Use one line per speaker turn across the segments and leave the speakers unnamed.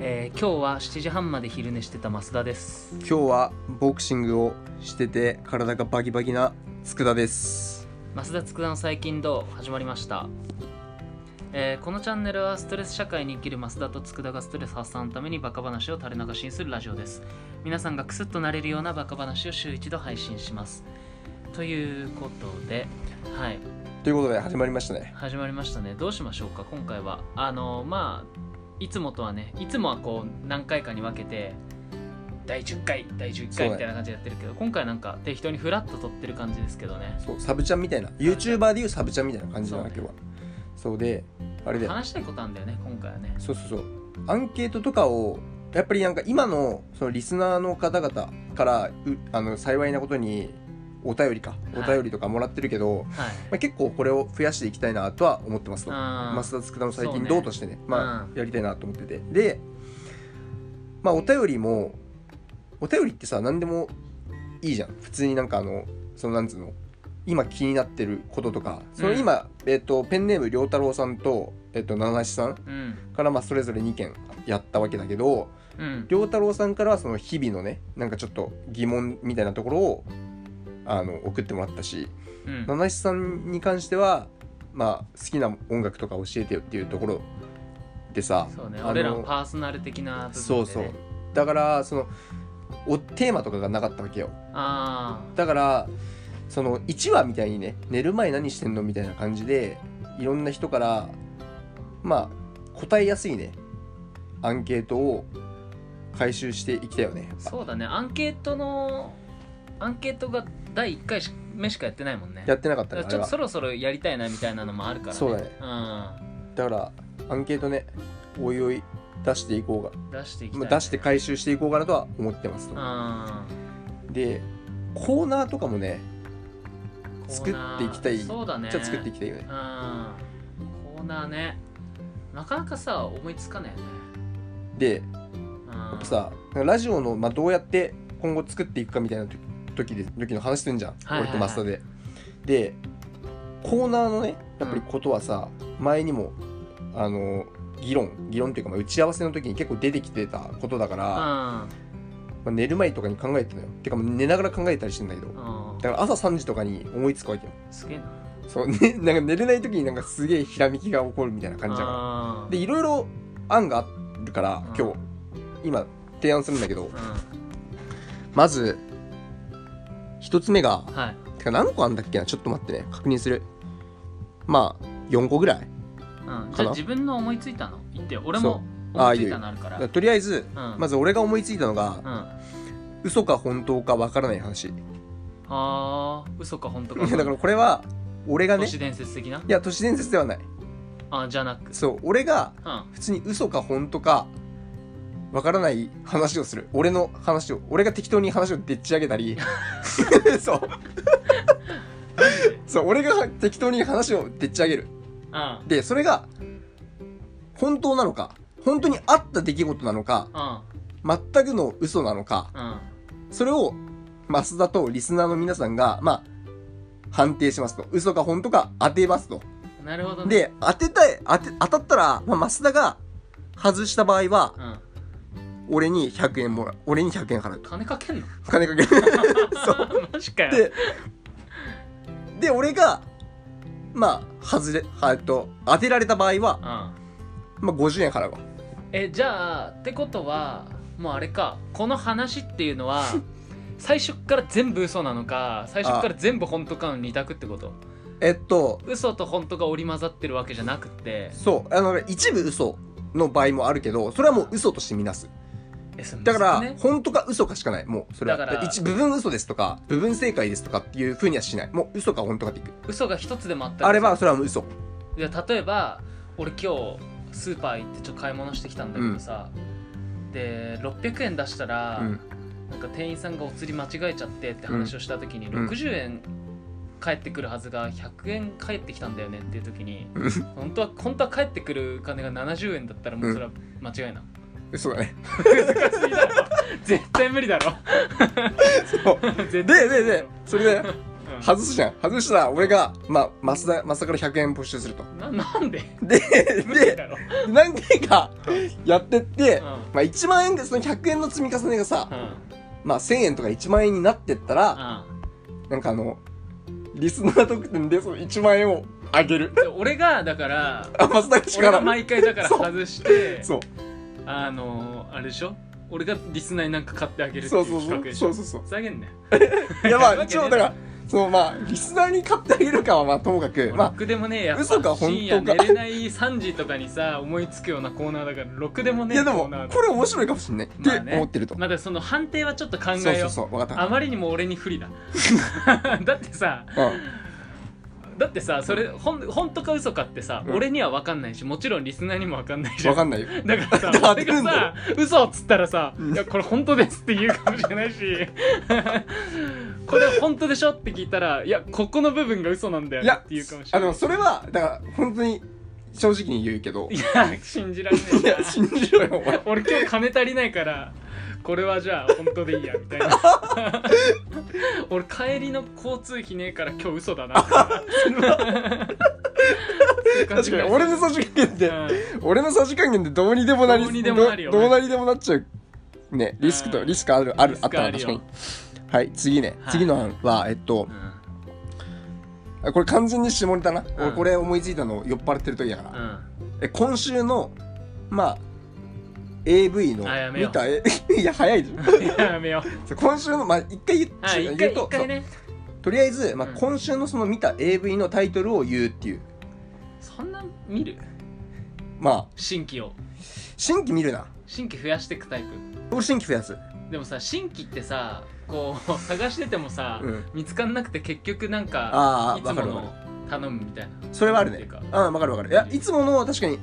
えー今日は7時半まで昼寝してた増田です
今日はボクシングをしてて体がバキバキな佃です
増田佃の最近どう始まりました、えーこのチャンネルはストレス社会に生きる増田と佃がストレス発散のためにバカ話を垂れ流しにするラジオです皆さんがクスッとなれるようなバカ話を週一度配信しますということではい
ということで始まりましたね
始まりましたねどうしましょうか今回はあのまあいつもとはねいつもはこう何回かに分けて第10回第11
そう
回
ね
みたいな感じでやってるけど、今回なんか適当にフラッと撮ってる感じですけどね
そうサブちゃんみたいな YouTuber でいうサブちゃんみたいな感じだな
そうね
今日はそうであれだよ
話したいことあんだよね今回はね
そうそうそうアンケートとかをやっぱりなんか今のそのリスナーの方々からうあの幸いなことにお便りかお
はい
便りとかもらってるけど、
はい
まあ、結構これを増やしていきたいなとは思ってますと
あー
増田佃の最
そう
近
ね
どうとしてねま
うん
あやりたいなと思っててでまあお便りもお便りってさ何でもいいじゃん普通になんかあのそのなんつうの今気になってることとかそれ今、えっとペンネーム良太郎さんと、えっと七七さん
うん
からまあそれぞれ2件やったわけだけど
うん
良太郎さんからはその日々のねなんかちょっと疑問みたいなところをあの送ってもらったし
うん
七七さんに関しては、まあ、好きな音楽とか教えてよっていうところでさ
そうね
あの
俺らのパーソナル的な部分で、ね、
そうそうだからそのおテーマとかがなかったわけよ
あ
だからその1話みたいにね寝る前何してんのみたいな感じでいろんな人からまあ答えやすいねアンケートを回収していきたいよねやっ
あ
ぱ
そうだねアンケートのアンケートが第1回し目しかやってないもんね
やってなかった
だか
ね
らちょっ
あれは
とそろそろやりたいなみたいなのもあるからね
そうだねだからアンケートねおいおい出していこうが
うん、出していきたい
ま
ね、
あ、出して回収していこうかなとは思ってますと
あ
でコーナーとかもね
ー
作っていきたい
コーナーそうだね
ちょっと作っていきたいよね
うんコーナーねなかなかさ思いつかないよね
で
うん
やっぱさラジオの、まあ、どうやって今後作っていくかみたいな時時で時の話するんじゃん、
はいはいはい
俺と増田ででコーナーのねやっぱりことはさ、前にもあの議論議論っていうか、まあ、打ち合わせの時に結構出てきてたことだから、まあ、寝る前とかに考えてたのよてかもう寝ながら考えたりしてんだけど
う
だ
ん、うん、
から朝3時とかに思いつくわけよ
すげえな
そう、ね、 なんか寝れない時になんかすげえひらめきが起こるみたいな感じだから
あー
でいろいろ案があるから
うん
今日今提案するんだけど
う
まず一つ目が
んはい
てか何個あんだっけなちょっと待ってね確認するまあ4個ぐらい
うん、じゃあ
な
自分の思いついたの言ってよ俺
そう
も思いついたのあるから
だからとりあえず
うん
まず俺が思いついたのが
うんあ
嘘か本当かわからない話い
あー嘘か本当か
やだからこれは俺が
都
ね
市
い
伝説的な
や都市伝説ではない
あじゃなく
そう俺が
うん
普通に嘘か本当かわからない話をする俺の話を俺が適当に話をでっち上げたり そうそう俺が適当に話をでっち上げる
うん
でそれが本当なのか本当にあった出来事なのか
うん
全くの嘘なのか
うん
それを増田とリスナーの皆さんがまあ判定しますと嘘か本当か当てますと
なるほどね
で当てたい当て当たったら、まあ、増田が外した場合は
うん
俺に100円もらう俺に100円払うと
金かけんの
金かける そう
う マジかよ
でで俺がまあ外れはえっと当てられた場合は
う、ん
まあ、50円払うわ
えじゃあってことはもうあれかこの話っていうの は最初っから全部嘘なのか最初っから全部本当かの二択ってこと
えっと
嘘と本当が織り交ざってるわけじゃなくって
そうあの一部嘘の場合もあるけどそれはもう嘘としてみなす
えそれ
だから、
ね
本当か嘘かしかないもうそれは
だから
一部分嘘ですとか部分正解ですとかっていうふうにはしないもう嘘か本当かっていく
嘘が一つでもあったら
あれはそれはもう嘘
いや例えば俺今日スーパー行ってちょっと買い物してきたんだけどさ、で600円出したら、
うん
なんか店員さんがお釣り間違えちゃってって話をした時に、
うん
60円返ってくるはずが100円返ってきたんだよねっていう時に
うん
本当は本当は返ってくる金が70円だったらもうそれは間違いな、
嘘だね
難しいだ ろ絶対無理だろ
そう
絶対無理だろ
でででそれで
うんうん
外すじゃん外したら俺が、まあ、マスダマスダから100円没収すると
ななんで
で
無理
で
だろ、
何回かやってって、
うん
まあ、1万円でその100円の積み重ねがさ、
うんうん
まあ、1000円とか1万円になってったら、なんかあのリスナー特典でその1万円をあげる
で俺がだから
あマスダ口
俺
から
が毎回だから
そう
外して
そう
あのー、あれでしょ俺がリスナーになんか買ってあげるってい
そううそうそ
企画
う
でし
そ
ょ
うそうそう
ふざけんなよ
いやま
やる
あ
わけね
一応だからそのまあリスナーに買ってあげるかはまあともかく
ろ
ま
くでもねえやっぱ
嘘か本当か
深夜寝れない3時とかにさ思いつくようなコーナーだからろくでも
あ
ね
い
えコ
やでも
ーナーだ
これ面白いかもしんないって
まあね
思ってると、
まだその判定はちょっと考えよう
そうそうそう分か
あ
っ
まりにも俺に不利だ だってさ
たうん
だってさそれほん本当か嘘かってさ、
うん
俺には分かんないしもちろんリスナーにも分かんないじゃ
分
ん
かんないよ
だからさ
当
俺
て
が
るんだよ
さ嘘をつったらさ「
うん
いやこれ本当です」って言うかもしれないし これ本当でしょって聞いたら「いやここの部分が嘘なんだよ
い
ね」
や
って言うかもし
あ
れない
のそれはだから本当に正直に言うけど
いや信じられない
い
な
や信じろよお前
俺今日金足りないからこれはじゃあ本当でいいやみたいな 俺帰りの交通費ねえから今日嘘だなみたいな
確かに俺のさじ加減で
う
俺のさじ加減でどうにでもなり
どうにでもなるよ
どどうなりでもなっちゃうねリスク
う
と
ん
リスクあるある
リス
あっ
クあ
た
る
な確
よ
かにはい次ね
はい
次の案はえっと
んうん
これ完全に下ネタな
うん
俺これ思いついたの酔っ払ってる時やか
う
ら
ん
え今週のまあ AV の
あやめよう
見たえ いや早いじゃん
やめ よう。
そう今週のまあ一回言っ
あ、一回
言うと
一
そ
回
う
ね。
とりあえずまあ
うん
今週のその見た AV のタイトルを言うっていう
そんな見る
まあ
新規を。
新規見るな
新規増やしていくタイプ。
俺新規増やす
でもさ、新規ってさ、こう、 探しててもさ、
うん
見つかんなくて結局なんか、
あ
い
あ
つ
わ
も
かるわかる
の頼むみたいな。
それはある
ってい
ね
うか
うんわかるわかるいやいつもの確かに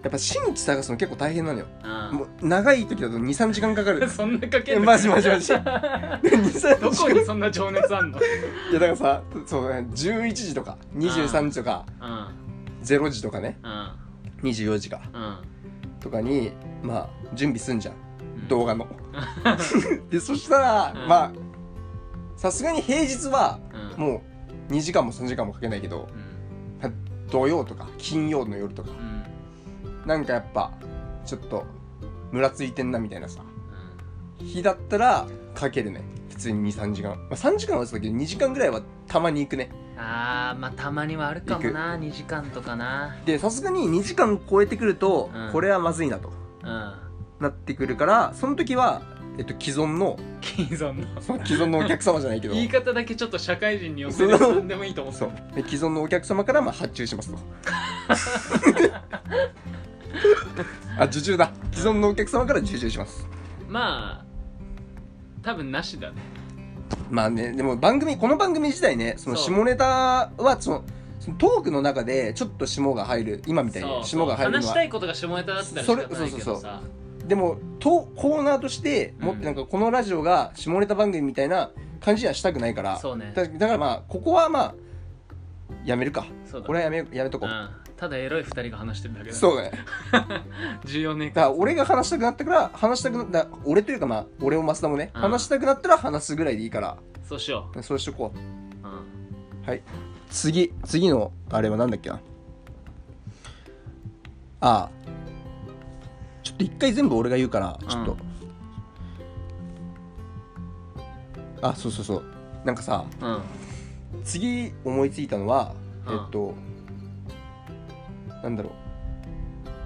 やっぱ新規探すの結構大変なのよ
あ
もう長い時だと23時間かか
あ
る
そんなかけ
えマジマ ジマジ
ど
23時
こ
間
にそんな情熱あんの
いやだからさそうね11時とか23時とか
うん、
0時とかね
うん、
24時か
うん
とかにまあ準備すんじゃん
うん。
動
画。
画 のでそしたら
うん
まあさすがに平日は
うん。
もう2時間も3時間もかけないけど
うん。
土曜とか金曜の夜とか
うん。
なんかやっぱちょっとムラついてんなみたいなさ
うん
日だったらかけるね普通に23時間、まあ、3時間はそうだけど2時間ぐらいはたまに行くね
ああ、まあたまにはあるかもな、2時間とかな。
でさすがに2時間超えてくると、
うん
これはまずいなと
うん。
なってくるからその時は、えっと、既存の
金存の。
その既存のお客様じゃないけど
言い方だけちょっと社会人に寄せれば
そう
何でもいいと思って
そうで既存のお客様からまあ発注 しますとあ受注だ既存のお客様から受注します
まあ多分なしだね
まあねでも番組この番組自体ねその下ネタはそのそのトークの中でちょっと下が入る今みたい
そう
に下が入る
話
の
し
は
たいことが下ネタだったら仕方
それ
ないけ
そう
ど
そうそ
さ
でもとコーナーとしてもっ
うん
てなんかこのラジオが下ネタ番組みたいな感じにはしたくないから
そうね
だだからまあここはまあやめるか
そうだ
これはやめやめとこう、
うん、ただエロい二人が話してるだけだ
そうね
重要ねえ
だか
から
俺が話したくなったから話したくなだから俺というかまあ俺も増田もね、
うん
話したくなったら話すぐらいでいいから
そうしよ
そうしとこう
う、うん、
次次のあれはなんだっけなああちょっと一回全部俺が言うからちょっと、
うん
あそうそうそうなんかさ
うん、
次思いついたのは、
うん
えっとなんだろう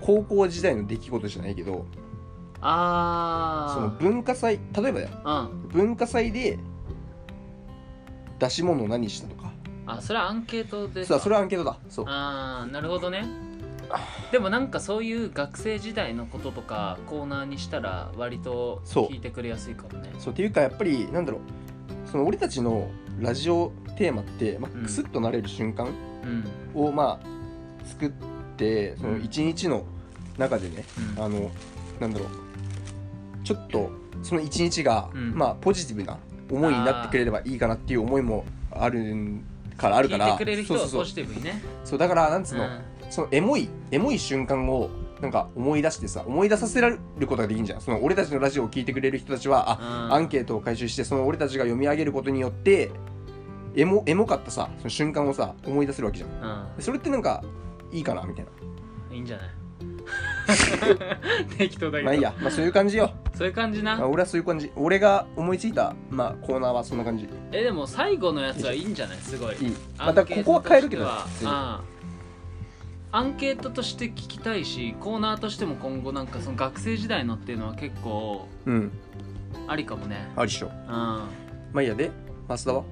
高校時代の出来事じゃないけどその
あ
文化祭例えばだよ
あうん
文化祭で出し物何したとか
あそれはアンケートで
そうだそれ
は
はアンケートだそう
ああなるほどねでもなんかそういう学生時代のこととかコーナーにしたら割と
そう
聞いてくれやすいかもね
そうっていうかやっぱりなんだろうその俺たちのラジオテーマって、まあ
うん
クスッとなれる瞬間
うん
をまあ作ってその
うん
一日の中でね、
うん
あのなんだろうちょっとその一日が、
うん
まあポジティブな思いになってくれればいいかなっていう思いもあるんからあるか
聞い
ら
てくれる人
そ
は
うそう
ポ
そ
ジ
う
ティブにね
そうだからなんつうの、
うん
そのエモいエモい瞬間をなんか思い出してさ思い出させられることができるんじゃんその俺たちのラジオを聞いてくれる人たちはあ
うん
アンケートを回収してその俺たちが読み上げることによってエモエモかったさその瞬間をさ思い出せるわけじゃん
うん
それってなんかいいかなみたいな。
いいんじゃ ない適当だけど、
まあいいや、まあそういう感じよ。
そういう感じ
まあ
な
俺はそういう感じ。俺が思いついた、まあコーナーはそんな感じ。
えでも最後のやつはいいんじゃないすごい
いい。
ア
ま
ンケ
た
ート
ここは変えるけどね
と、して
普通に
はうんアンケートとして聞きたいしコーナーとしても今後なんかその学生時代のっていうのは結構
うん、
ありかもね、
ありっしょ。
うん、
まあいいやで、増田は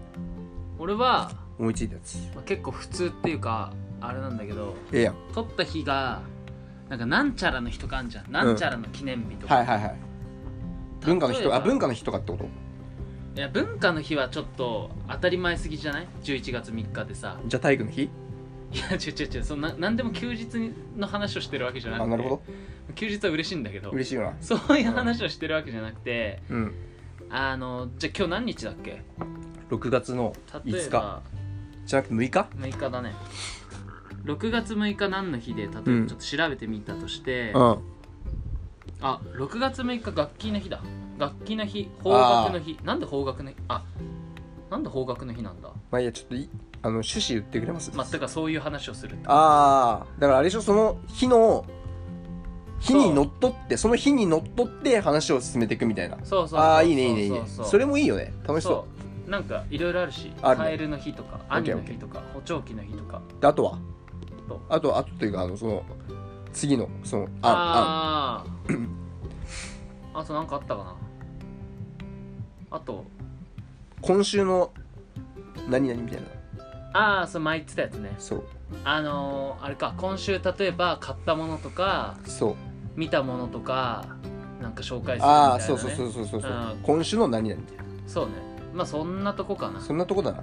俺は、
思いついたやつ。
まあ結構普通っていうかあれなんだけど
ええやん。
撮った日がなんかなんちゃらの日とかあんじゃんなんちゃらの記念日とか、
はいはいはい。文化の日
例え
と
ば
あ、文化の日とかってこと
いや文化の日はちょっと当たり前すぎじゃない11月3日でさ
じゃあ体育の日
いや違う違う違うそんな何でも休日の話をしてるわけじゃなく
あ、
て
なるほ
休日は嬉しいんだけど
ど。嬉しいよな。
そういう話をしてるわけじゃなくて
うん。
あのじゃあ今日何日だっけ
6月の
例え
5日
ば
じゃなくて6日
6日だね6月6日何の日で例えばちょっと調べてみたとして、
うん。
あ6月6日楽器の日だ楽器の日邦楽の日なんで邦楽の日あなんで邦楽の日なんだ
まあいいや、ちょっといあの趣旨言ってくれます
まあ、だからそういう話をするって
ああ、だからあれでしょ、その日の、日にのっとって、その日にのっとって話を進めていくみたいな。
そうそうそう
ああいいねいいねいいね
そう
それもいいよね楽しそ
そうなんかいろいろあるし
あるね
カエルの日とか
オッ
兄
ケー
の日とか補聴器の日とか
うであとは
そう
あとあとというかあのその次のそのあ
あああとなんかあったかなあと
あ今週の何々みたいな
ああそう前言ってたやつね
そう
あのー、あれか今週例えば買ったものとか
そう
見たものとかなんか紹介するみたいな、ね、
ああそうそうそうそうそうそう
うん
今週の何々みたい
そうねまあそんなとこかな
なそんなとこだな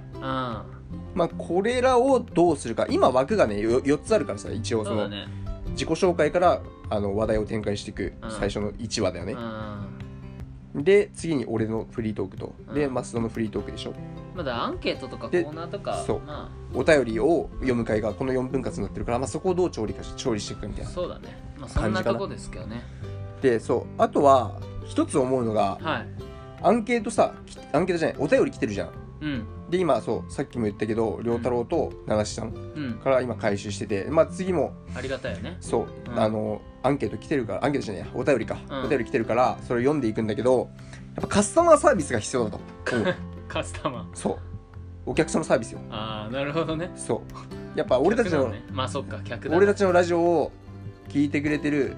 う
まあこれらをどうするか今枠がね4つあるからさ一応
ん
そ
そうだ
の
ね
自己紹介からあの話題を展開していく
うん
最初の1話だよ
う
ね
んま
で次に俺のフリートークとで
うん
増田のフリートークでしょ
あだからアンケートとかコ
で
ーナーとか
そう
ま
お便りを読む会がこの4分割になってるからまあそこをどう調理かし調理していくかみたい
あ
な
そうだねまあそんなとこですけどね
でそうあとは一つ思うのが
はい
アンケートさきアンケートじゃないお便り来てるじゃん
うん
で今そうさっきも言ったけど良太郎と七七さん
うん
から今回収しててまあ次も
ありがたいよね
そう、
うん
あのアンケート来てるからアンケートじゃないやお便りか、
うん
お便り来てるからそれを読んでいくんだけどやっぱカスタマーサービスが 必要だと思う
カスタマー
そうお客様サービスよ
ああなるほどね
そうやっぱ俺たち
客
の
なねまあそっか客だ
俺たちのラジオを聞いてくれてる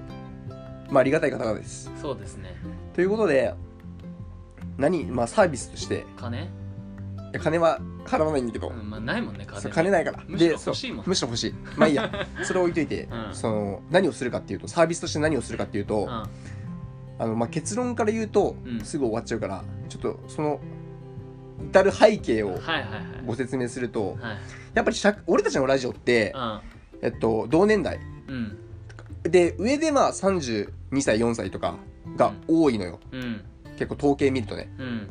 まあありがたい方々です
そうですね
ということで何まあサービスとして
金、
いや金は払わないんだけど、
うん、まあないもんね金
そう金ないから
むしろ
でそう
欲しいもん
むしろ欲しいまあい いやそれを置いといて、
うん
その何をするかっていうとサービスとして何をするかっていうと、
うん
あのまあ、結論から言うと、
うん
すぐ終わっちゃうからちょっとその至る背景を
はいはいはい
ご説明すると、
はい
やっぱりしゃ俺たちのラジオって、えっと、同年代
うん
で上でまあ32歳4歳とかが多いのよ、
うんうん
結構統計見るとね
うん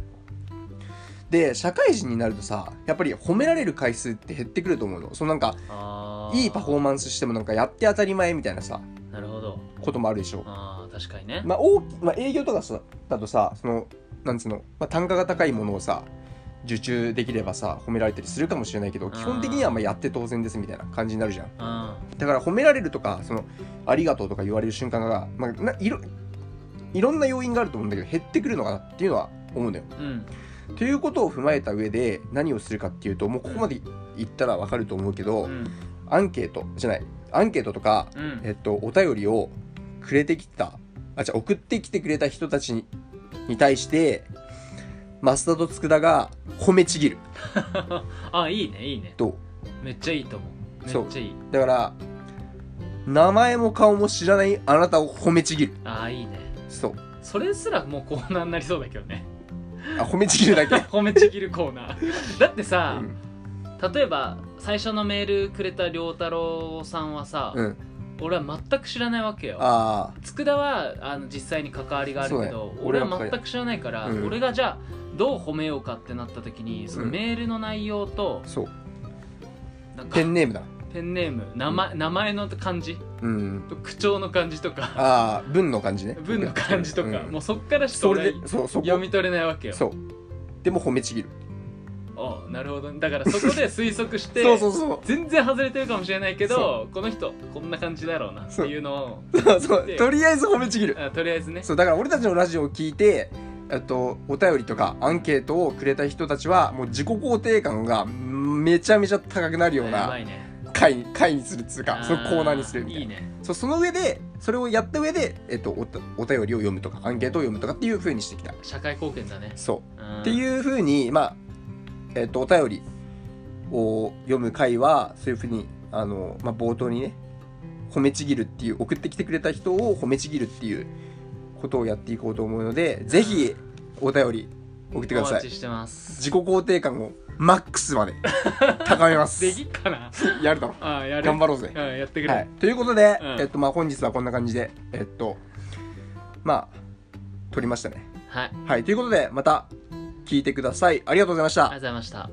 で社会人になるとさやっぱり褒められる回数って減ってくると思うのそのなんか
ああ
いいパフォーマンスしてもなんかやって当たり前みたいなさ
なるほど
こともあるでしょ
ああ確かにね、
まあ大き、まあ、営業とかさだとさそのなんつうの、まあ、単価が高いものをさ受注できればさ褒められたりするかもしれないけど基本的にはまあやって当然ですみたいな感じになるじゃんだから褒められるとかそのありがとうとか言われる瞬間が、まあ、ないろいろんな要因があると思うんだけど減ってくるのかなっていうのは思うんだよ
うんうん
ということを踏まえた上で何をするかっていうともうここまで言ったらわかると思うけど、
うん
アンケートじゃないアンケートとか、
うん
えっと、お便りをくれてきたあじゃあ送ってきてくれた人たちにに対して増田と佃が褒めちぎる
あいいねいいね
と
めっちゃいいと思うめ
そう
っちゃいい
だから名前も顔も知らないあなたを褒めちぎる
ああいいね
そう
それすらもうコーナーになりそうだけどね
あ褒めちぎるだけ、
褒めちぎるコーナー だって
う
さ、
ん
例えば最初のメールくれた良太郎さんはさ、
うん、
俺は全く知らないわけよ
あ
佃はあの実際に関わりがあるけ
そ
ど
う、ね
俺
俺ばっ
は
かり
全く知らないから、
うん
俺がじゃあどう褒めようかってなった時にその
うん
メールの内容と
あ、そう
なんか
ペンネームだ
ペンネーム名前名前の感じ
うん
と口調の感じとか
ああ文の感じね
文の感じとか、
うん
もうそっからしか
そ
俺
れ
は
でそうそこ
読み取れないわけよ
そうでも褒めちぎる
あああなるほどだからそこで推測して
そうそうそ
全然外れてるかもしれないけ
そ
どこの人こんな感じだろうなっていうのを
うそうそうとりあえず褒めちぎる
あとりあえずね
そうだから俺たちのラジオを聞いてえっとお便りとかアンケートをくれた人たちはもう自己肯定感がめちゃめちゃ高くなるよう
やば
ない
ね
回に回にするっつうか
あ
そのコーナーにするみたい
い
ない
ね
そうその上でそれをやった上で、えっと、おたお便りを読むとかアンケートを読むとかっていう風にしてきた
社会貢献だね
そう
うん
っていうふうに、まあえっとお便りを読む回はそういうふうにあの、まあ、冒頭にね褒めちぎるっていう送ってきてくれた人を褒めちぎるっていうことをやっていこうと思うのでぜひお便り送ってくだ
お
さい
待ちしてます
自己肯定感をマック スまで高めます
できっかな
やるだろ
ああやる
頑張ろうぜ
うんやってくれ、
はい、ということで、
うん
えっとまあ、本日はこんな感じでえっとまあ撮りましたね
はい、ありがとう
はいということでまた聞いてくださいありがとうございました
ございました